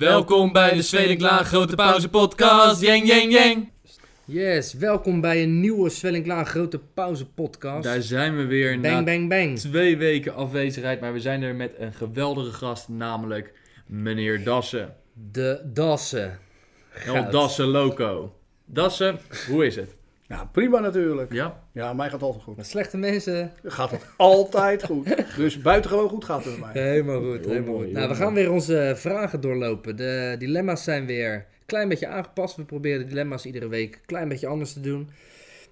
Welkom bij de Zweden Klaar Grote Pauze Podcast. Jeng, jeng, jeng. Yes, welkom bij een nieuwe Zwelling Klaar Grote Pauze podcast. Daar zijn we weer na bang, bang, bang. twee weken afwezigheid. Maar we zijn er met een geweldige gast, namelijk meneer Dassen. De dassen. El Dassen Loco. Dassen, hoe is het? Ja, prima natuurlijk. Ja? Ja, mij gaat altijd goed. Met slechte mensen. Gaat het altijd goed. Dus buitengewoon goed gaat het bij mij. Helemaal goed, Heel helemaal mooi, goed. heel Nou, mooi. we gaan weer onze vragen doorlopen. De dilemma's zijn weer een klein beetje aangepast. We proberen de dilemma's iedere week een klein beetje anders te doen.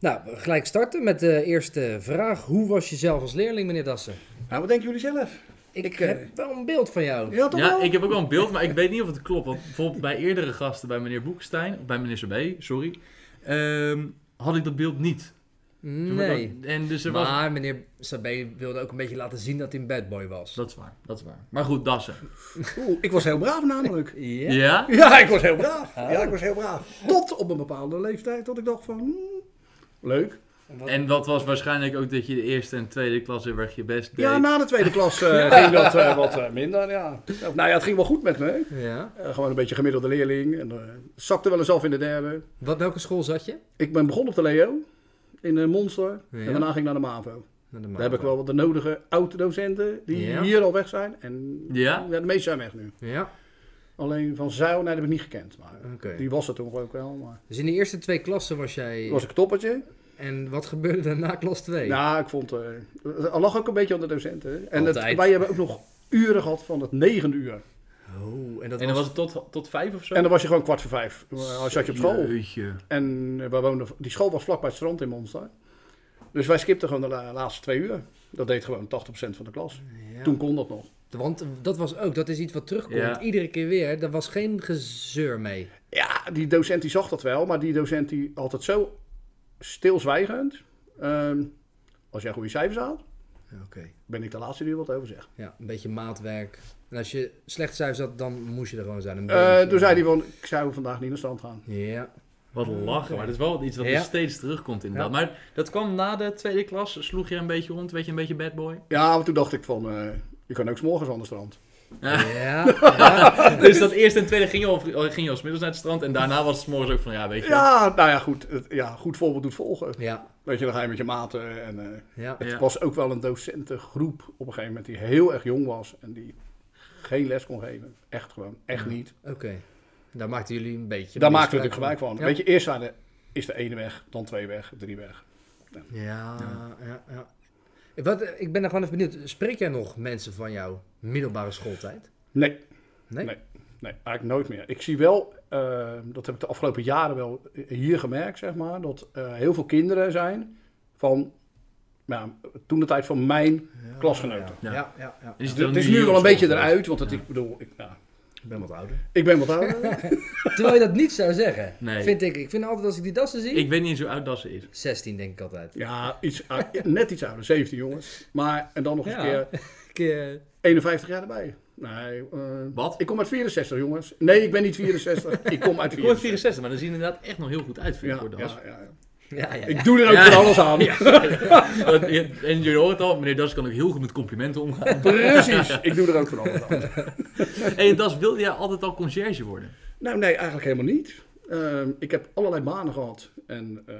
Nou, we gelijk starten met de eerste vraag. Hoe was je zelf als leerling, meneer Dassen? Nou, wat denken jullie zelf? Ik, Ik, eh, heb wel een beeld van jou. Ja, toch Ja, wel? ik heb ook wel een beeld, maar ik weet niet of het klopt. Want bijvoorbeeld bij eerdere gasten, bij meneer Boekestein, of bij meneer Sorbet, sorry, ehm, had ik dat beeld niet. Nee. En dus er was... Maar meneer Sabé wilde ook een beetje laten zien dat hij een badboy was. Dat is waar, dat is waar. Maar goed, Dassen. Oeh, ik was heel braaf namelijk. Ja. Ja? Ja, ik was heel braaf. Ja, ik was heel braaf. Tot op een bepaalde leeftijd dat ik dacht van... hmm, leuk. Wat- En dat was waarschijnlijk ook dat je de eerste en tweede klasse werd je best deed. Ja, nou- na de tweede klas eh, ging dat eh, wat eh, minder, ja. Nou ja, het ging wel goed met me. ja. Eh, gewoon een beetje gemiddelde leerling. En, eh, zakte wel eens af in de derde. Wat, welke school zat je? Ik ben begonnen op de Leo. In eh, Monster. Ja. En daarna ging ik naar de MAVO. Naar de MAVO. Daar heb ik wel wat de nodige oud-docenten die Nou, Ja. hier al weg zijn. En Ja? de meeste zijn weg nu. Ja, Alleen van Zuil, nee, dat heb ik niet gekend. Maar oké. die was er toen ook wel. Maar Dus in de eerste twee klassen was jij... toen was ik toppertje. En wat gebeurde er na klas 2? Nou, ik vond... eh er lag ook een beetje aan de docenten. En het, Altijd. wij hebben ook nog uren gehad van het negende uur. Oh, en dat en dan was... was het tot, tot vijf of zo? En dan was je gewoon kwart voor vijf. eh, Als zat je op school. Jeetje. En eh, wij woonden, die school was vlakbij het strand in Monster. Dus wij skipten gewoon de la- laatste twee uur. Dat deed gewoon 80% van de klas. Ja. Toen kon dat nog. Want dat was ook, dat is iets wat terugkomt. Ja. Iedere keer weer, daar was geen gezeur mee. Ja, die docent die zag dat wel, maar die docent die altijd zo stilzwijgend. ehm, als jij goede cijfers haalt, Oké. ben ik de laatste die er wat over zegt. Ja, een beetje maatwerk. En als je slecht cijfers had, dan moest je er gewoon zijn. Een Eh, beetje. toen zei hij van, ik zou vandaag niet naar stand gaan. Ja. Wat lachen, maar dat is wel iets wat Ja. dus steeds terugkomt inderdaad. Ja. Maar dat kwam na de tweede klas, sloeg je een beetje rond, weet je, een beetje bad boy. Ja, want toen dacht ik van, eh, je kan ook 's morgens aan de strand. Ja. ja. dus dat eerste en tweede ging je al, ging je al 's middags naar het strand en daarna was het 's morgens ook van, ja, weet je wel. Ja, nou ja, goed. Het, ja, goed voorbeeld doet volgen. Ja. Weet je, dan ga je met je maten. En, eh, Ja. het Ja. was ook wel een docentengroep op een gegeven moment die heel erg jong was. En die geen les kon geven. Echt gewoon, echt niet. Oké. Daar maakten jullie een beetje... Daar maakten we natuurlijk gebruik van. Ja. Weet je, eerst zijn de, is de ene weg, dan twee weg, drie weg. Ja, ja, ja. Wat, eh, ik ben er gewoon even benieuwd. Spreek jij nog mensen van jouw middelbare schooltijd? Nee, Nee? Nee. nee, eigenlijk nooit meer. Ik zie wel, eh, dat heb ik de afgelopen jaren wel hier gemerkt, zeg maar, dat eh, heel veel kinderen zijn van nou, toen de tijd van mijn Ja, klasgenoten. Ja. Ja, ja, ja. ja. Is het Dus Het dan is hier nu op wel een beetje school? eruit, want het, ik bedoel, ik, nou, Ik ben wat ouder. ik ben wat ouder. Terwijl je dat niet zou zeggen, Nee. vind ik. Ik vind altijd als ik die dassen zie... Ik weet niet eens hoe oud Dassen is. 16 denk ik altijd. ja, iets, ou- net iets ouder, 17 jongens. Maar, en dan nog eens Ja. een keer Ik, eh, 51 jaar erbij. Nee, eh, Wat? Ik kom uit 64, jongens. Nee, ik ben niet 64. ik kom uit Ik hoor 64. 64, maar dat ziet er inderdaad echt nog heel goed uit, vind ik, Ja, voor Dassen. ja, ja. ja, ja, ja. Ik doe er ook Ja. van alles aan. Want- En jullie horen het al, meneer Dassen kan ook heel goed met complimenten omgaan. Precies, ik doe er ook van alles aan. En Das, wilde jij altijd al conciërge worden? Nou, nee, eigenlijk helemaal niet. Ehm, ik heb allerlei banen gehad. En eh,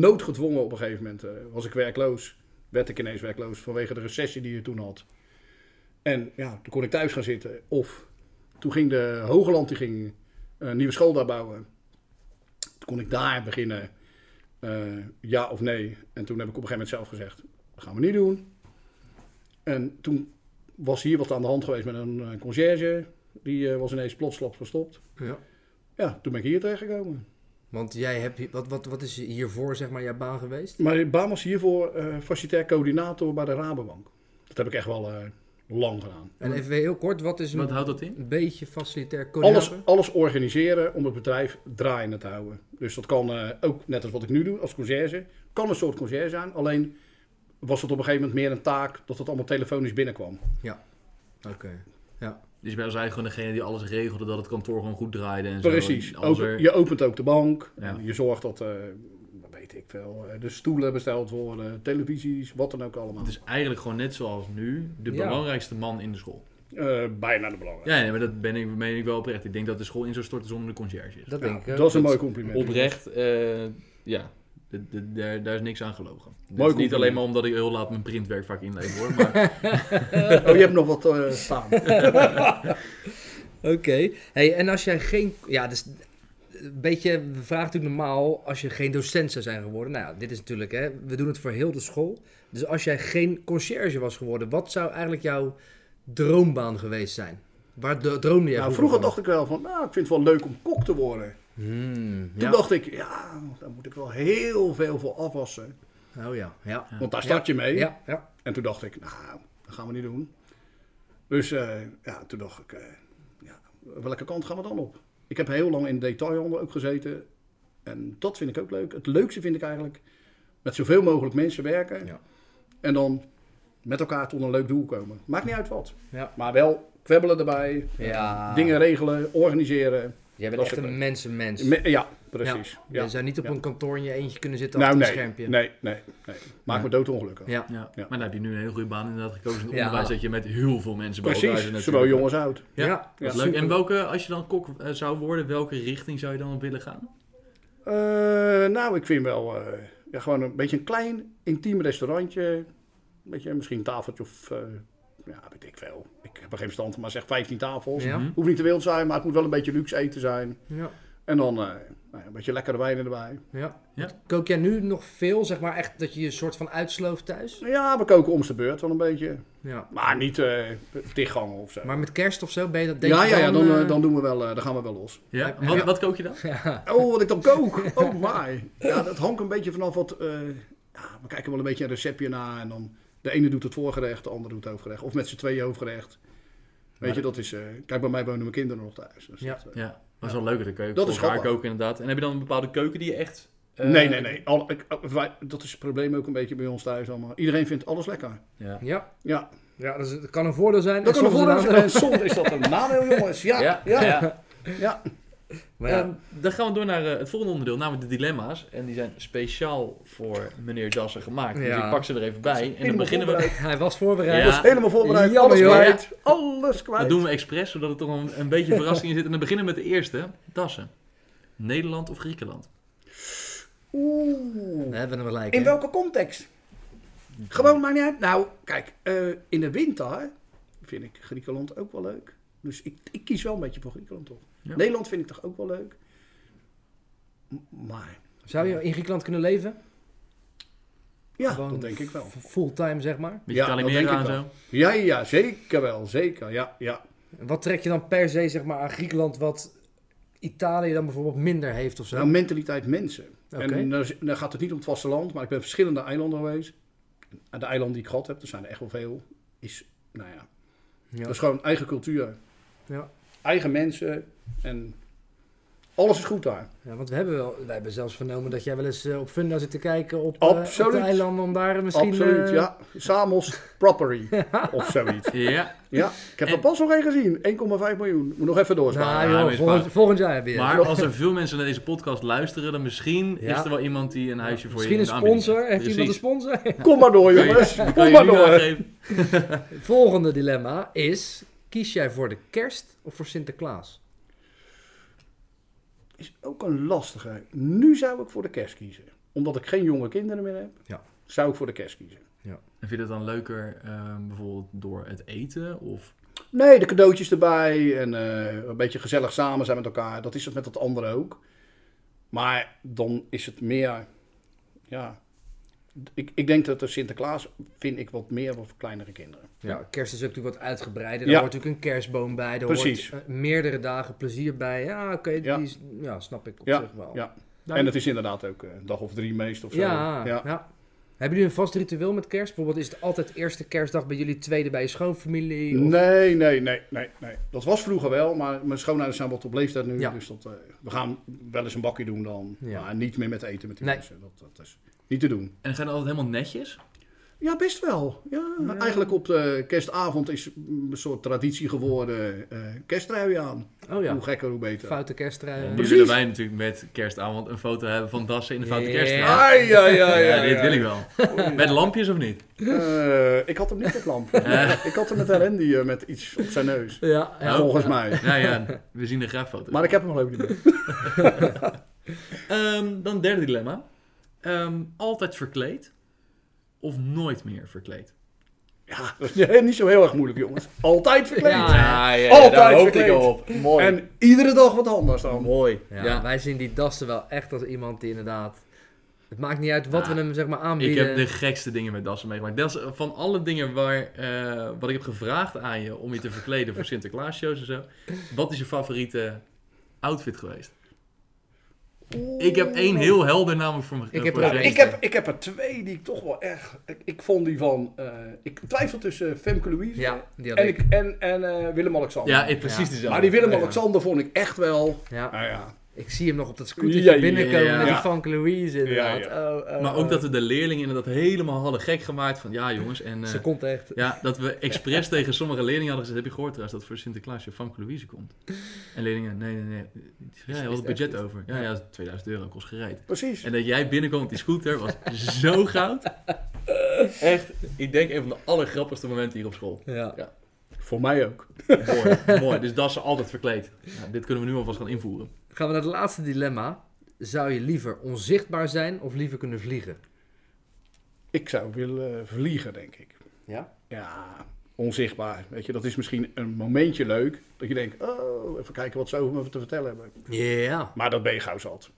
noodgedwongen op een gegeven moment eh, was ik werkloos. Werd ik ineens werkloos vanwege de recessie die je toen had. En ja, toen kon ik thuis gaan zitten. Of toen ging de Hogeland die ging, eh, een nieuwe school daar bouwen. Toen kon ik daar beginnen. eh, ja of nee. En toen heb ik op een gegeven moment zelf gezegd, dat gaan we niet doen. En toen was hier wat aan de hand geweest met een eh, conciërge. Die eh, was ineens plotsklaps gestopt. Ja. Ja, toen ben ik hier terechtgekomen. Want jij hebt... hier- Wat, wat, wat is hiervoor, zeg maar, jouw baan geweest? Maar mijn baan was hiervoor eh facilitair coördinator bij de Rabobank. Dat heb ik echt wel eh, lang gedaan. En even weer heel kort, wat is een Wat houdt dat in? beetje facilitair coördinator? Alles, alles organiseren om het bedrijf draaiende te houden. Dus dat kan eh, ook, net als wat ik nu doe als conciërge, kan een soort conciërge zijn. Alleen was het op een gegeven moment meer een taak dat het allemaal telefonisch binnenkwam. Oké. Dus wij zijn gewoon degene die alles regelde, dat het kantoor gewoon goed draaide en zo. Precies. En alles Open- er- je opent ook de bank. Ja. En Je zorgt dat, eh, wat weet ik veel, eh, de stoelen besteld worden, televisies, wat dan ook allemaal. Het is eigenlijk gewoon net zoals nu de Ja. belangrijkste man in de school. Eh, bijna de belangrijkste. Ja, nee, maar dat ben ik, meen ik wel oprecht. Ik denk dat de school in zou storten zonder de conciërge. Dat Ja, denk ik ook. dat is een mooi compliment. Oprecht, eh, ja. De- de- daar, daar is niks aan gelogen. Dat is compliment. niet alleen maar omdat ik heel laat mijn printwerk vaak inlever hoor. Maar Oh, je hebt nog wat eh, staan. Oké. Hey, en als jij geen... Ja, dus een beetje... We vragen natuurlijk normaal als je geen docent zou zijn geworden. Nou ja, dit is natuurlijk... Hè, we doen het voor heel de school. Dus als jij geen conciërge was geworden... Wat zou eigenlijk jouw droombaan geweest zijn? Waar dro- droomde jij Nou, vroeger vroeger van? dacht ik wel van, nou, ik vind het wel leuk om kok te worden. Hmm, Toen ja. dacht ik, ja, daar moet ik wel heel veel voor afwassen. Oh ja, ja. Want daar start je mee. Ja, ja. En toen dacht ik, nou, dat gaan we niet doen. Dus eh, ja, toen dacht ik, eh, ja, welke kant gaan we dan op? Ik heb heel lang in detailhandel ook gezeten. En dat vind ik ook leuk. Het leukste vind ik eigenlijk met zoveel mogelijk mensen werken. Ja. En dan met elkaar tot een leuk doel komen. Maakt niet uit wat. Ja. Maar wel kwebbelen erbij. Ja. Ah. Dingen regelen, organiseren. Jij bent Dat is echt ook een mensenmens. Me- ja, precies. Ja. Je zou niet op Ja. een kantoor in je eentje kunnen zitten Nou, achter nee, een schermpje. nee, nee, nee. Maak Ja. me doodongelukkig. Ja. ja. Ja. maar dan heb je nu een heel goede baan inderdaad gekozen in het Ja. onderwijs. Dat je met heel veel mensen bij elkaar zit Precies, zowel natuurlijk. jong als oud. Ja, Ja, Dat is Ja. leuk. En welke, als je dan kok eh, zou worden, welke richting zou je dan op willen gaan? Eh, nou, ik vind wel eh, ja, gewoon een beetje een klein, intiem restaurantje. Een beetje misschien een tafeltje of, eh, ja, weet ik veel. Ik heb er geen verstand van, maar zeg 15 tafels. Ja. Mhm. Hoeft niet te wild zijn, maar het moet wel een beetje luxe eten zijn. Ja, En dan eh, nou ja, een beetje lekkere wijn erbij. ja. Ja. Kook jij nu nog veel, zeg maar, echt dat je je soort van uitslooft thuis? Ja, we koken om de beurt wel een beetje. Ja. Maar niet eh dichtgangen of zo. Maar met kerst of zo ben je dat denk ja, je ja, ja, dan, eh, eh, dan, doen we wel, eh, dan gaan we wel los. Ja? Ja. Wat, wat kook je dan? Ja, Oh, wat ik dan kook. Oh my. Ja, dat hangt een beetje vanaf wat... eh, ja, we kijken wel een beetje een receptje na. En dan de ene doet het voorgerecht, de ander doet het hoofdgerecht. Of met z'n tweeën hoofdgerecht. Weet je, dat is... eh, kijk, bij mij wonen mijn kinderen nog thuis. Dus Ja. dat, eh, Ja, dat is wel leuker. Dan kun je Dat voor is elkaar grappig. koken inderdaad. En heb je dan een bepaalde keuken die je echt... eh, nee, nee, nee. Al, ik, eh, wij- dat is het probleem ook een beetje bij ons thuis allemaal. Iedereen vindt alles lekker. Ja. ja. Ja, ja dus het kan een voordeel zijn. dat en kan een soms voordeel zijn. nadeel. En soms is dat een nadeel, jongens. Ja, ja, ja. ja. Maar ja, Ehm, dan gaan we door naar eh, het volgende onderdeel, namelijk de dilemma's. En die zijn speciaal voor meneer Dassen gemaakt. Dus Ja. ik pak ze er even bij. En dan helemaal beginnen we... voorbereid. hij was voorbereid. Ja. Helemaal voorbereid. Jammer, alles joh. kwijt. Alles kwijt. Dat doen we expres, zodat er toch een, een beetje verrassing in zit. En dan beginnen we met de eerste. Dassen. Nederland of Griekenland? Oeh. We hebben hem gelijk. In hè? welke context? Gewoon maar niet uit. Nou, kijk, eh, in de winter vind ik Griekenland ook wel leuk. Dus ik, ik kies wel een beetje voor Griekenland, toch? Ja. Nederland vind ik toch ook wel leuk? M- Maar, Zou je in Griekenland kunnen leven? ja, Gewoon dat denk ik wel. f- Fulltime, zeg maar. Beetje Ja, dat denk Calimera ik en wel. zo. Ja, ja, zeker wel, zeker. Ja, ja. Wat trek je dan per se, zeg maar, aan Griekenland wat Italië dan bijvoorbeeld minder heeft of zo? Nou, mentaliteit mensen. Oké. En dan, dan gaat het niet om het vasteland, maar ik ben verschillende eilanden geweest. En de eilanden die ik gehad heb, er zijn er echt wel veel, is, nou ja, Ja. dat is gewoon eigen cultuur. Ja. eigen mensen en alles is goed daar. Ja, want we hebben, wel, we hebben zelfs vernomen dat jij wel eens eh, op Funda zit te kijken op, eh, op Absoluut. de eilanden om daar misschien... Absoluut, eh, ja. Samos Property of zoiets. Ja, Ja, ik heb En- er pas nog één gezien. 1,5 miljoen. Moet nog even doorsparen. Nou Ja, joh, wees volgend, maar. volgend jaar hebben je. maar als er veel mensen naar deze podcast luisteren, dan misschien Ja. is er wel iemand die een huisje voor Misschien je een in de aanbieding sponsor. Heeft Precies. iemand een sponsor? Kom maar door, Kan je- jongens. kan Kom je maar nu eh, door. aangeven? Volgende dilemma is: kies jij voor de kerst of voor Sinterklaas? Is ook een lastige. Nu zou ik voor de kerst kiezen. Omdat ik geen jonge kinderen meer heb, Ja. zou ik voor de kerst kiezen. En vind je dat dan leuker ehm, bijvoorbeeld door het eten? Of... Nee, de cadeautjes erbij en eh, een beetje gezellig samen zijn met elkaar. Dat is het met dat andere ook. Maar dan is het meer, ja. Ik, ik denk dat de Sinterklaas vind ik wat meer voor kleinere kinderen. Ja, Nou, kerst is ook natuurlijk wat uitgebreider. Daar Ja. hoort natuurlijk een kerstboom bij. Daar Precies. hoort eh, meerdere dagen plezier bij. Ja, oké, Ja. die is- ja, snap ik op Ja, zich wel. ja. En het is inderdaad ook eh, een dag of drie meest of zo. Nou, Ja, ja. ja. Hebben jullie een vast ritueel met kerst? Bijvoorbeeld is het altijd eerste kerstdag bij jullie, tweede bij je schoonfamilie? Of... Nee, nee, nee, nee, nee. Dat was vroeger wel, maar mijn schoonouders zijn wat op leeftijd nu. Ja. Dus dat, eh, we gaan wel eens een bakje doen dan. Ja. Maar niet meer met eten met die Nee. mensen. Dat, dat is niet te doen. En zijn altijd helemaal netjes? Ja, best wel. Ja, Ja. Eigenlijk op de kerstavond is een soort traditie geworden eh kersttrui aan. Oh ja, Hoe gekker, hoe beter. foute kersttrui. Nu willen wij natuurlijk met kerstavond een foto hebben van Dassen in de foute Ja. kerstdraad. Ah, ja, Ja, ja, ja. dit ja. wil ik wel. Met lampjes of niet? Eh, ik had hem niet op lamp. ik had hem met een rendier met iets op zijn neus. Ja, ja. Oh. Volgens mij. Nou ja, we zien de graaffoto's. Maar ik heb hem geloof ik niet meer. Ehm, dan derde dilemma. Ehm, altijd verkleed of nooit meer verkleed? Ja, dat is niet zo heel erg moeilijk, jongens. Altijd verkleed. Ja. ja, Altijd daar hoopte ik verkleed. op. Mooi. En iedere dag wat anders dan. Mooi. Ja, Ja. wij zien die Dassen wel echt als iemand die inderdaad... Het maakt niet uit wat Ah, we hem zeg maar Ik aanbieden. heb de gekste dingen met dassen meegemaakt. Dat is eh, van alle dingen waar, eh, wat ik heb gevraagd aan je om je te verkleden voor Sinterklaas-shows en zo. Wat is je favoriete outfit geweest? Ik heb één heel helder namelijk voor me Ik heb voor er- Nou, me ik, heb, ik heb er twee die ik toch wel echt... Ik, ik vond die van... eh, ik twijfel tussen Femke Louise Ja, die had en, ik. ik, en, en eh, Willem-Alexander. Ja, ik, precies Ja. dezelfde. maar die Willem-Alexander vond ik echt wel... Ja, Nou ja, ik zie hem nog op dat scootertje Ja, ja, binnenkomen ja, met die ja. Frank Louise inderdaad. Oh, Ja, oh, Maar ook oh. dat we de leerlingen dat helemaal hadden gek gemaakt. Van ja, jongens. En, eh, Ze komt echt. ja, dat we expres tegen sommige leerlingen hadden gezegd. Heb je gehoord trouwens dat voor Sinterklaas je Famke Louise komt? En leerlingen, nee, nee, nee. Ja, je had het budget over. Ja, ja, 2000 euro kost gereed. precies. En dat jij binnenkwam op die scooter was zo goud. Echt, ik denk een van de allergrappigste momenten hier op school. Ja. Voor mij ook. Mooi, mooi. Dus dat ze altijd verkleed. Nou, dit kunnen we nu alvast gaan invoeren. Ah, Gaan we naar het laatste dilemma. Zou je liever onzichtbaar zijn of liever kunnen vliegen? Ik zou willen vliegen, denk ik. Ja? Ja, onzichtbaar. Weet je, dat is misschien een momentje leuk. Dat je denkt, oh, even kijken wat ze over me te vertellen hebben. Ja, Maar dat ben je gauw zat.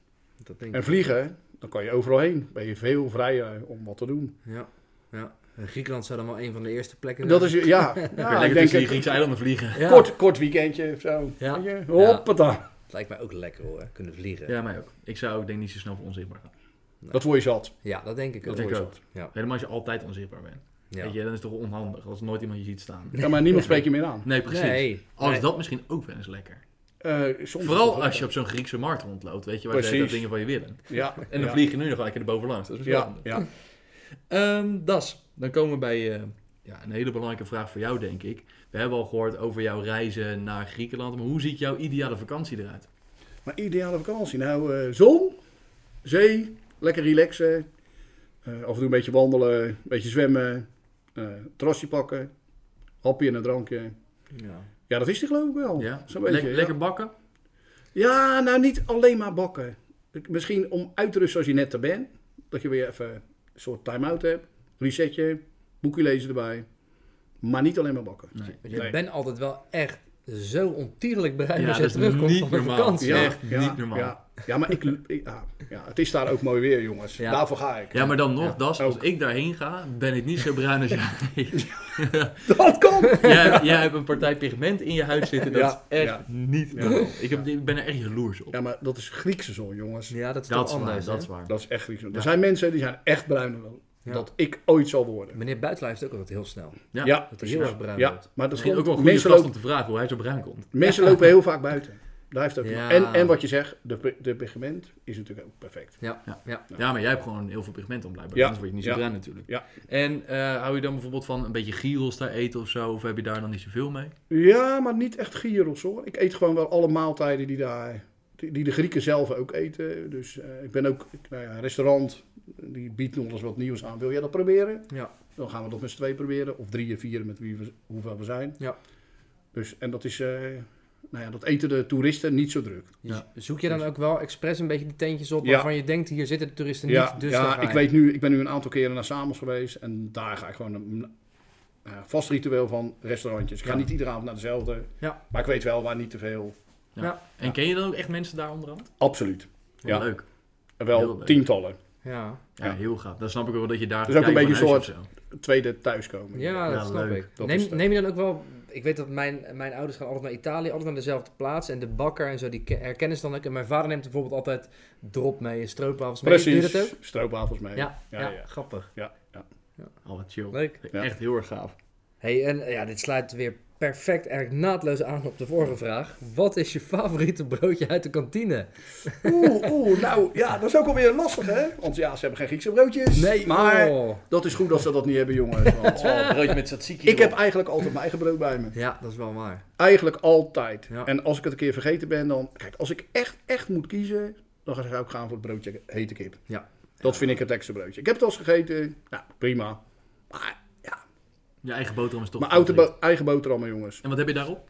dat denk ik. En vliegen, dan kan je overal heen. Ben je veel vrijer om wat te doen. Ja. ja. En Griekenland zou dan wel een van de eerste plekken Dat is, zijn. ja, ja, Weer ik lekker denk tussen die een Griekse eilanden vliegen. Ja. kort, kort weekendje of zo. Ja. Weet je? Hoppata. Het lijkt mij ook lekker hoor, kunnen vliegen. Ja, Ja, mij ook. Ik zou ook denk ik niet zo snel voor onzichtbaar gaan. Dat word je zat. dat denk ik Dat ook. denk ik ook. Ja. Helemaal als je altijd onzichtbaar bent. Ja. Weet je, dan is het toch onhandig als nooit iemand je ziet staan. Ja, maar niemand spreekt je meer aan. Nee, precies. Nee. Als nee. dat misschien ook wel eens lekker. Eh, soms is Vooral het als je wel op zo'n Griekse markt rondloopt, weet je, waar ze Precies. dat dingen van je willen. lekker. Ja, En dan ja. vlieg je nu nog wel lekker erbovenlangs. Dat is misschien wel Ja, handig. ja. Ehm, das, dan komen we bij eh, ja, een hele belangrijke vraag voor jou, denk ik. We hebben al gehoord over jouw reizen naar Griekenland, maar hoe ziet jouw ideale vakantie eruit? Maar ideale vakantie. Nou, eh, zon, zee, lekker relaxen. Eh, af en toe een beetje wandelen, een beetje zwemmen. eh terrasje pakken. Hapje en een drankje. Ja. Ja, dat is het geloof ik wel. Ja? Oh, Zo'n beetje, Lek- ja. Lekker bakken? Ja, nou niet alleen maar bakken. Ik- Misschien om uit te rusten als je net er bent. Dat je weer even een soort time-out hebt. Resetje, boekje lezen erbij. Maar niet alleen maar bakken. Nee. Want je Nee. bent altijd wel echt zo ontierlijk bereid Ja, als je dat is terugkomt niet van de normaal. vakantie. Ja. echt niet normaal. Ja, ja maar ik, ik- ja, ja, het is daar ook mooi weer, jongens. Ja. Daarvoor ga ik. Ja, maar dan nog, Das, als ook. ik daarheen ga, ben ik niet zo bruin als jij. Dat kan! jij, jij hebt een partij pigment in je huid zitten, dat Ja, is echt ja. niet Ja. normaal. Ik, heb, ik ben er echt jaloers op. Ja, maar dat is Griekse zon, jongens. Ja, dat is dat, is toch waar, anders. hè? dat is waar. Dat is echt Griekse zon. Er zijn mensen die zijn echt bruiner dan Ja. dat ik ooit zal worden. Meneer Buitenlaar heeft ook altijd heel snel. Ja. Dat hij heel erg bruin ja, wordt. maar dat Misschien komt, ook wel een goede mensen, gast om lopen, te vragen hoe hij zo bruin komt. mensen lopen heel vaak buiten. Daar heeft ook Ja. en, en wat je zegt, de, pe- de pigment is natuurlijk ook perfect. Ja, Ja. ja. Ja. maar jij hebt gewoon heel veel pigment om blijkbaar. Ja. Anders word je niet zo Ja. bruin natuurlijk. Ja. En eh, hou je dan bijvoorbeeld van een beetje gyros daar eten of zo? Of heb je daar dan niet zoveel mee? Ja, maar niet echt gyros hoor. Ik eet gewoon wel alle maaltijden die daar, die, die de Grieken zelf ook eten. Dus eh, ik ben ook, ik- nou ja, een restaurant, eh, die biedt nog eens wat nieuws aan. Wil jij dat proberen? Ja. Dan gaan we dat met z'n twee proberen. Of drieën, vier, met wie we, hoeveel we zijn. Ja. Dus, en dat is, eh, nou ja, dat eten de toeristen niet zo druk. Ja. Zoek je dan ook wel expres een beetje die tentjes op Ja. waarvan je denkt, hier zitten de toeristen ja, niet, dus daar ja ga ik, je. weet nu, ik ben nu een aantal keren naar Samos geweest. En daar ga ik gewoon een, een vast ritueel van restaurantjes. Ik ga Ja. niet iedere avond naar dezelfde. Ja. Maar ik weet wel waar niet te veel. Ja. Ja. En ken je dan ook echt mensen daar onderhand? Absoluut. Ja. Ja. Leuk. Heel Eh, Wel leuk. tientallen. Ja, Ja, Ja. heel gaaf. Dan snap ik ook wel dat je daar... Dus ook een kijkt beetje van een huis of zo. Tweede thuiskomen. ja dat Ja, snap leuk. ik. Dat is neem, leuk. neem je dan ook wel... Ik weet dat mijn, mijn ouders gaan altijd naar Italië, altijd naar dezelfde plaats. En de bakker en zo, die ke- herkennen ze dan ook. En mijn vader neemt bijvoorbeeld altijd drop mee, stroopwafels mee. Doe je Precies. dat ook? Stroopwafels mee. Ja, ja, Ja, ja. grappig. Ja, ja. Oh, wat chill. Leuk. Ja. Echt heel erg gaaf. Hey, en eh, ja, dit sluit weer perfect, eigenlijk naadloos aan op de vorige vraag. Wat is je favoriete broodje uit de kantine? Oeh, oeh, nou ja, dat is ook alweer lastig, hè? Want ja, ze hebben geen Griekse broodjes. maar Oh. dat is goed dat ze dat niet hebben, jongens. want eh, Oh, broodje met tzatziki. ik heb erop. eigenlijk altijd mijn eigen brood bij me. Ja, dat is wel waar. Eigenlijk altijd. Ja. En als ik het een keer vergeten ben, dan... Kijk, als ik echt, echt moet kiezen, dan ga ik gaan voor het broodje hete kip. Ja. Dat vind ik het lekkerste broodje. Ik heb het al eens gegeten. Nou, prima. Maar ja, Je eigen boterham is toch... mijn het oude favoriet. bo- eigen boterhammen, jongens. En wat heb je daarop?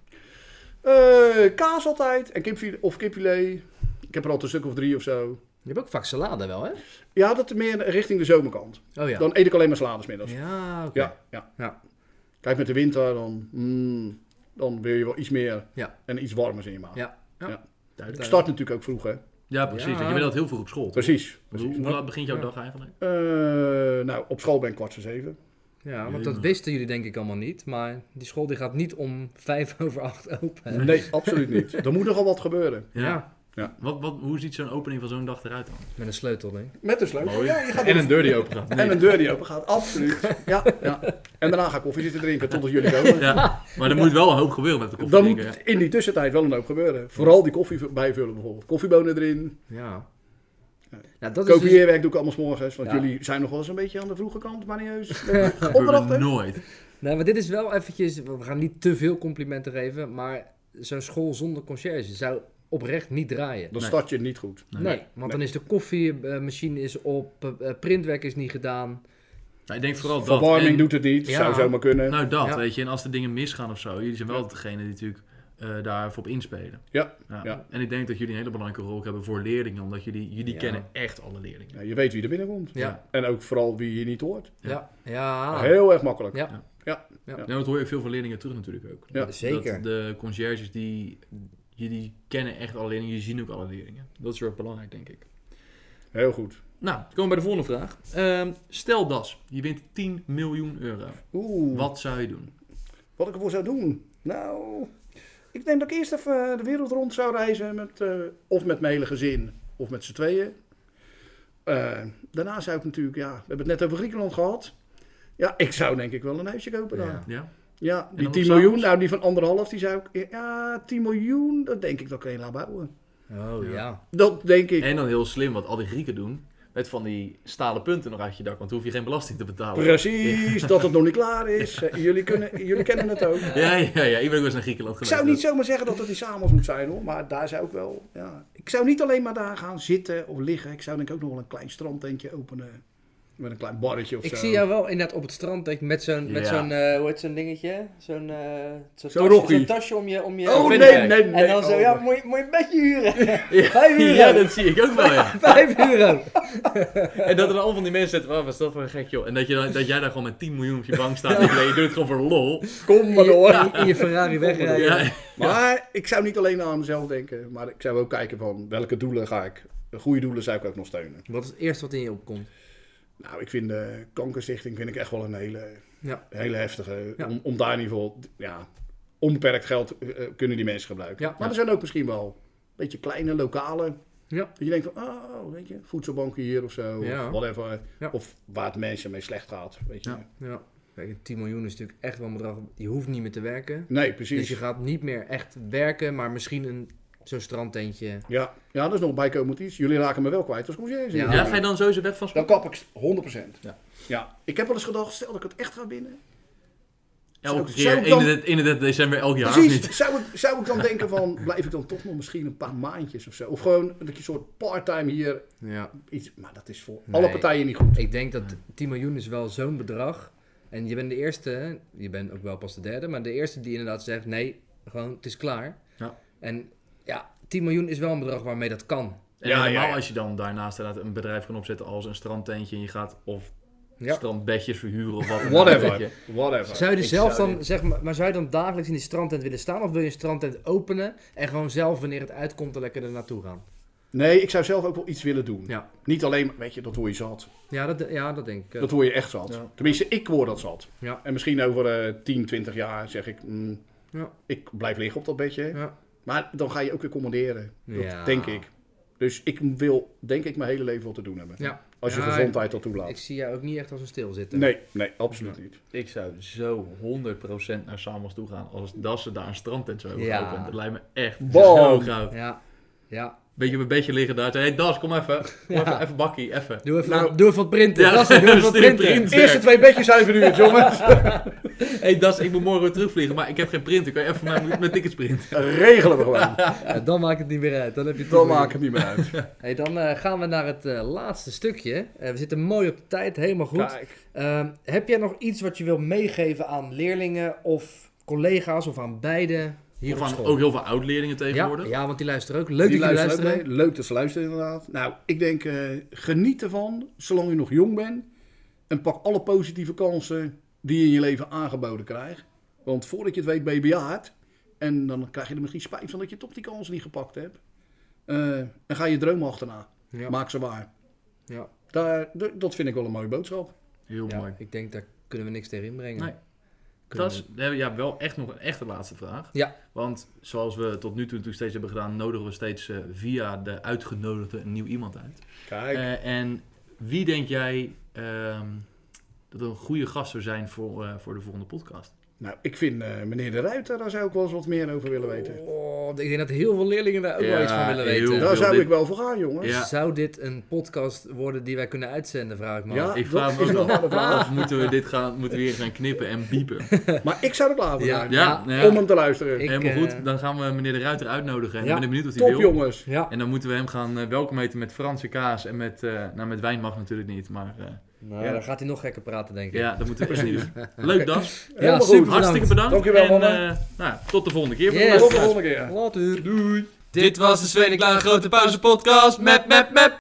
Eh, kaas altijd. En kipfilet, of kipfilet. Ik heb er altijd een stuk of drie of zo. Je hebt ook vaak salade wel, hè? Ja, dat meer richting de zomerkant. Oh ja. Dan eet ik alleen maar salades middags. Ja, oké. Ja, ja. Ja. Kijk, met de winter dan, mm, dan wil je wel iets meer Ja. en iets warmers in je maag. Ja. Ik start natuurlijk ook vroeg, hè? Ja, precies. Ja. want Je bent dat heel vroeg op school. Precies. Hoe, precies. hoe laat begint jouw Ja. dag eigenlijk? Eh, nou, op school ben ik kwart voor zeven. Ja, want dat Jemig. wisten jullie denk ik allemaal niet. Maar die school die gaat niet om vijf over acht open. hè? Nee, absoluut niet. Er moet nogal wat gebeuren. Ja. Wat, wat, hoe ziet zo'n opening van zo'n dag eruit dan? met een sleutel, denk ik. Met een sleutel. Ja, je gaat En een deur die open gaat. en een deur die open gaat. Absoluut. Ja, ja. En daarna ga ik koffie zitten drinken totdat jullie komen. Ja, maar er moet wel een hoop gebeuren met de koffie. Dan moet drinken, hè? in die tussentijd wel een hoop gebeuren. Vooral die koffie bijvullen bijvoorbeeld. Koffiebonen erin. Ja. Nee. Nou, dat is dus- Kopieerwerk doe ik allemaal 's morgens. Want Ja. jullie zijn nog wel eens een beetje aan de vroege kant, manieus. Gebeurt Opdrachten. nooit. Nee, maar dit is wel eventjes... We gaan niet te veel complimenten geven, maar zo'n school zonder conciërge zou oprecht niet draaien. Dan Nee. start je niet goed. Nee, Nee. want dan is de koffiemachine is op, eh, eh, printwerk is niet gedaan. Nou, ik denk vooral dat. Verwarming en- doet het niet. Ja. Zou zomaar kunnen. Nou, dat, Ja. weet je. En als er dingen misgaan of zo, jullie zijn wel degene die natuurlijk eh, daarvoor op inspelen. Ja, Ja. ja. En ik denk dat jullie een hele belangrijke rol hebben voor leerlingen, omdat jullie, jullie Ja. kennen echt alle leerlingen. Ja, je weet wie er binnenkomt. Ja. En ook vooral wie je niet hoort. Ja. Ja. Ah, Heel erg makkelijk. Ah. Ja. Nou, dat hoor je veel van leerlingen terug natuurlijk ook. Ja. Zeker. Dat de conciërges die, jullie kennen echt alle leerlingen, jullie zien ook alle leerlingen. Dat is heel erg belangrijk, denk ik. Heel goed. Nou, dan komen we bij de volgende vraag. Ehm, stel Das, je wint 10 miljoen euro. Oeh, wat? Wat zou je doen? ik ervoor zou doen? Nou, ik denk dat ik eerst even eh, de wereld rond zou reizen. Met, eh, of met mijn hele gezin, of met z'n tweeën. Eh, daarna zou ik natuurlijk, ja, we hebben het net over Griekenland gehad. Ja, ik zou denk ik wel een huisje kopen daar. Ja. Ja, Ja? die dan 10 nog miljoen, s'avonds? nou die van anderhalf, die zou ik... Ja, 10 miljoen, dat denk ik dat ik een laat bouwen. Oh ja. Dat denk ik. En dan heel slim wat al die Grieken doen, met van die stalen punten nog uit je dak, want dan hoef je geen belasting te betalen. Precies, dat het nog niet klaar is. Eh, Jullie, kunnen, jullie kennen het ook. Ja, ja, ja. Ik ben ook wel eens naar Griekenland Ik geweest. zou niet zomaar zeggen dat het die s'avonds moet zijn hoor, maar daar zou ik wel. Ja. Ik zou niet alleen maar daar gaan zitten of liggen. Ik zou denk ik ook nog wel een klein strandtentje openen. Met een klein barretje of Ik zo. zie jou wel inderdaad op het strand denk ik, met zo'n, met Ja. zo'n eh, hoe heet zo'n dingetje? Zo'n, eh, zo'n, Zo'n tasje, rochie. zo'n tasje om je... Om je Oh nee, nee, Vindenberg. nee. En dan zo, oh. ja, moet je, moet je een bedje huren. Ja, Vijf euro. ja, dat zie ik ook wel, ja. Vijf euro. En dat er dan allemaal van die mensen zitten, "Wauw, wat is dat voor een gek, joh. En dat, je dan, dat jij daar gewoon met 10 miljoen op je bank staat en je doet het gewoon voor lol. Kom maar door. In, in je Ferrari wegrijden. Ja, Maar ik zou niet alleen aan mezelf denken, maar ik zou ook kijken van welke doelen ga ik. De goede doelen zou ik ook nog steunen. Wat is het eerste wat in je opkomt? Nou, ik vind de kankerstichting vind ik echt wel een hele, Ja. hele heftige. Ja. Om, om daar in ieder geval, ja, onbeperkt geld eh, eh, kunnen die mensen gebruiken. Ja. maar er zijn ook misschien wel een beetje kleine lokale Ja. Dat je denkt van, oh, weet je, voedselbanken hier of zo, Ja. of whatever. Ja. Of waar het mensen mee slecht gaat, weet je. Ja. ja. Kijk, 10 miljoen is natuurlijk echt wel een bedrag. Je hoeft niet meer te werken. Nee, Dus precies. je gaat niet meer echt werken, maar misschien een, zo'n strandtentje. Ja. ja, dat is nog bijkomend iets. Jullie raken me wel kwijt als conciërge. Ja. Ja, ga je dan sowieso weg van Dan school? kap ik 100%. Ja. ja. Ik heb wel eens gedacht, stel dat ik het echt ga binnen. Elke Zou keer, ik dan- 31, 31 december, elk jaar of Precies, niet? zou ik, zou ik dan denken van, blijf ik dan toch nog misschien een paar maandjes of zo. Of gewoon dat je een soort part-time hier Ja. iets... Maar dat is voor Nee. alle partijen niet goed. Ik denk dat 10 miljoen is wel zo'n bedrag. En je bent de eerste, hè? je bent ook wel pas de derde, maar de eerste die inderdaad zegt: nee, gewoon, het is klaar. Ja. En ja, 10 miljoen is wel een bedrag waarmee dat kan. En Ja, ja, helemaal ja. als je dan daarnaast inderdaad een bedrijf kan opzetten als een strandtentje en je gaat of Ja. strandbedjes verhuren of wat dan ook, weet Whatever, je. whatever. Zou je er Ik zelf zou dan, zeg maar, maar zou je dan dagelijks in die strandtent willen staan? Of wil je een strandtent openen en gewoon zelf, wanneer het uitkomt, er lekker er naartoe gaan? Nee, ik zou zelf ook wel iets willen doen. Ja, Niet alleen, maar, weet je, dat hoor je zat. ja, dat, ja dat denk ik. eh. Dat word je echt zat. Ja. Tenminste, ik word dat zat. Ja. En misschien over eh, 10, 20 jaar zeg ik, mm, Ja. ik blijf liggen op dat bedje. Ja. Maar dan ga je ook weer commanderen. Dat Ja. denk ik. Dus ik wil, denk ik, mijn hele leven wat te doen hebben. Ja. Als je Ja, gezondheid dat Ik toelaat. zie jou ook niet echt als een stilzitter. Nee, nee, absoluut niet. Ik zou zo 100% naar Samos toe gaan als dat ze daar een strandtent zou hebben Ja. geopend. Dat lijkt me echt Bam. zo goud. Ja. Ja. Beetje op een beetje liggen daar. Hé, hey, Das, kom even. Kom Ja. even, even bakkie, even. Doe even, Nou- wat, doe even wat printen. Ja, Ja, doe even wat stuur printen. print. Eerste twee bedjes zijn verhuurd, jongens. Hé, hey, Das, ik moet morgen weer terugvliegen, maar ik heb geen printer. Kan je even voor mij met tickets printen? Regelen we gewoon. Ja, dan maakt het niet meer uit. Dan heb je het Dan niet meer. maakt het niet meer uit. Hey, dan eh, gaan we naar het eh, laatste stukje. Eh, we zitten mooi op de tijd, helemaal goed. Kijk. Ehm, heb jij nog iets wat je wil meegeven aan leerlingen of collega's of aan beide hier Hier op gaan school? ook heel veel oud-leerlingen ja, tegenwoordig. ja, want die luisteren ook. Leuk Die dat jullie luisteren ook luisteren. mee. Leuk dat ze luisteren, inderdaad. Nou, ik denk, eh, geniet ervan, zolang je nog jong bent. En pak alle positieve kansen die je in je leven aangeboden krijgt. Want voordat je het weet ben je bejaard. En dan krijg je er misschien spijt van dat je toch die kansen niet gepakt hebt. Eh, en ga je dromen achterna. Ja. Maak ze waar. Ja. Daar, d- dat vind ik wel een mooie boodschap. Heel Ja, mooi. ik denk daar kunnen we niks tegen inbrengen. Nee. Kunnen Dat is we hebben ja, wel echt nog een echte laatste vraag. Ja. Want zoals we tot nu toe natuurlijk steeds hebben gedaan, nodigen we steeds eh, via de uitgenodigde een nieuw iemand uit. Kijk. Eh, en wie denk jij ehm, dat een goede gast zou zijn voor, eh, voor de volgende podcast? Nou, ik vind eh, meneer de Ruiter, daar zou ik wel eens wat meer over willen weten. Oh, ik denk dat heel veel leerlingen daar ook Ja, wel iets van willen heel weten. veel. daar zou dit- ik wel voor gaan, jongens. Ja. Zou dit een podcast worden die wij kunnen uitzenden, vraag ik me Ja, af. ik dat vraag me is ook nog af. wel een vraag. Of moeten we dit gaan, moeten we hier gaan knippen en piepen? Maar ik zou er klaar voor Ja. zijn. Ja, nou ja, Om hem te luisteren. Ik, helemaal eh, goed. Dan gaan we meneer de Ruiter uitnodigen. En Ja, dan ben ik benieuwd of hij Top, wil. jongens. Ja, En dan moeten we hem gaan eh, welkom heten met Franse kaas en met, eh, nou met wijn mag natuurlijk niet, maar eh, nou, Ja. dan gaat hij nog gekker praten, denk ik. ja, dat moeten we echt niet doen. Leuk Das, Helemaal goed. super hartstikke bedankt. Dankjewel, en mannen. eh, nou, tot de volgende keer. Yes. Tot de volgende keer. Later. Doei. Dit was de Zweden Klein Grote Pauze podcast. Mep, mep, mep.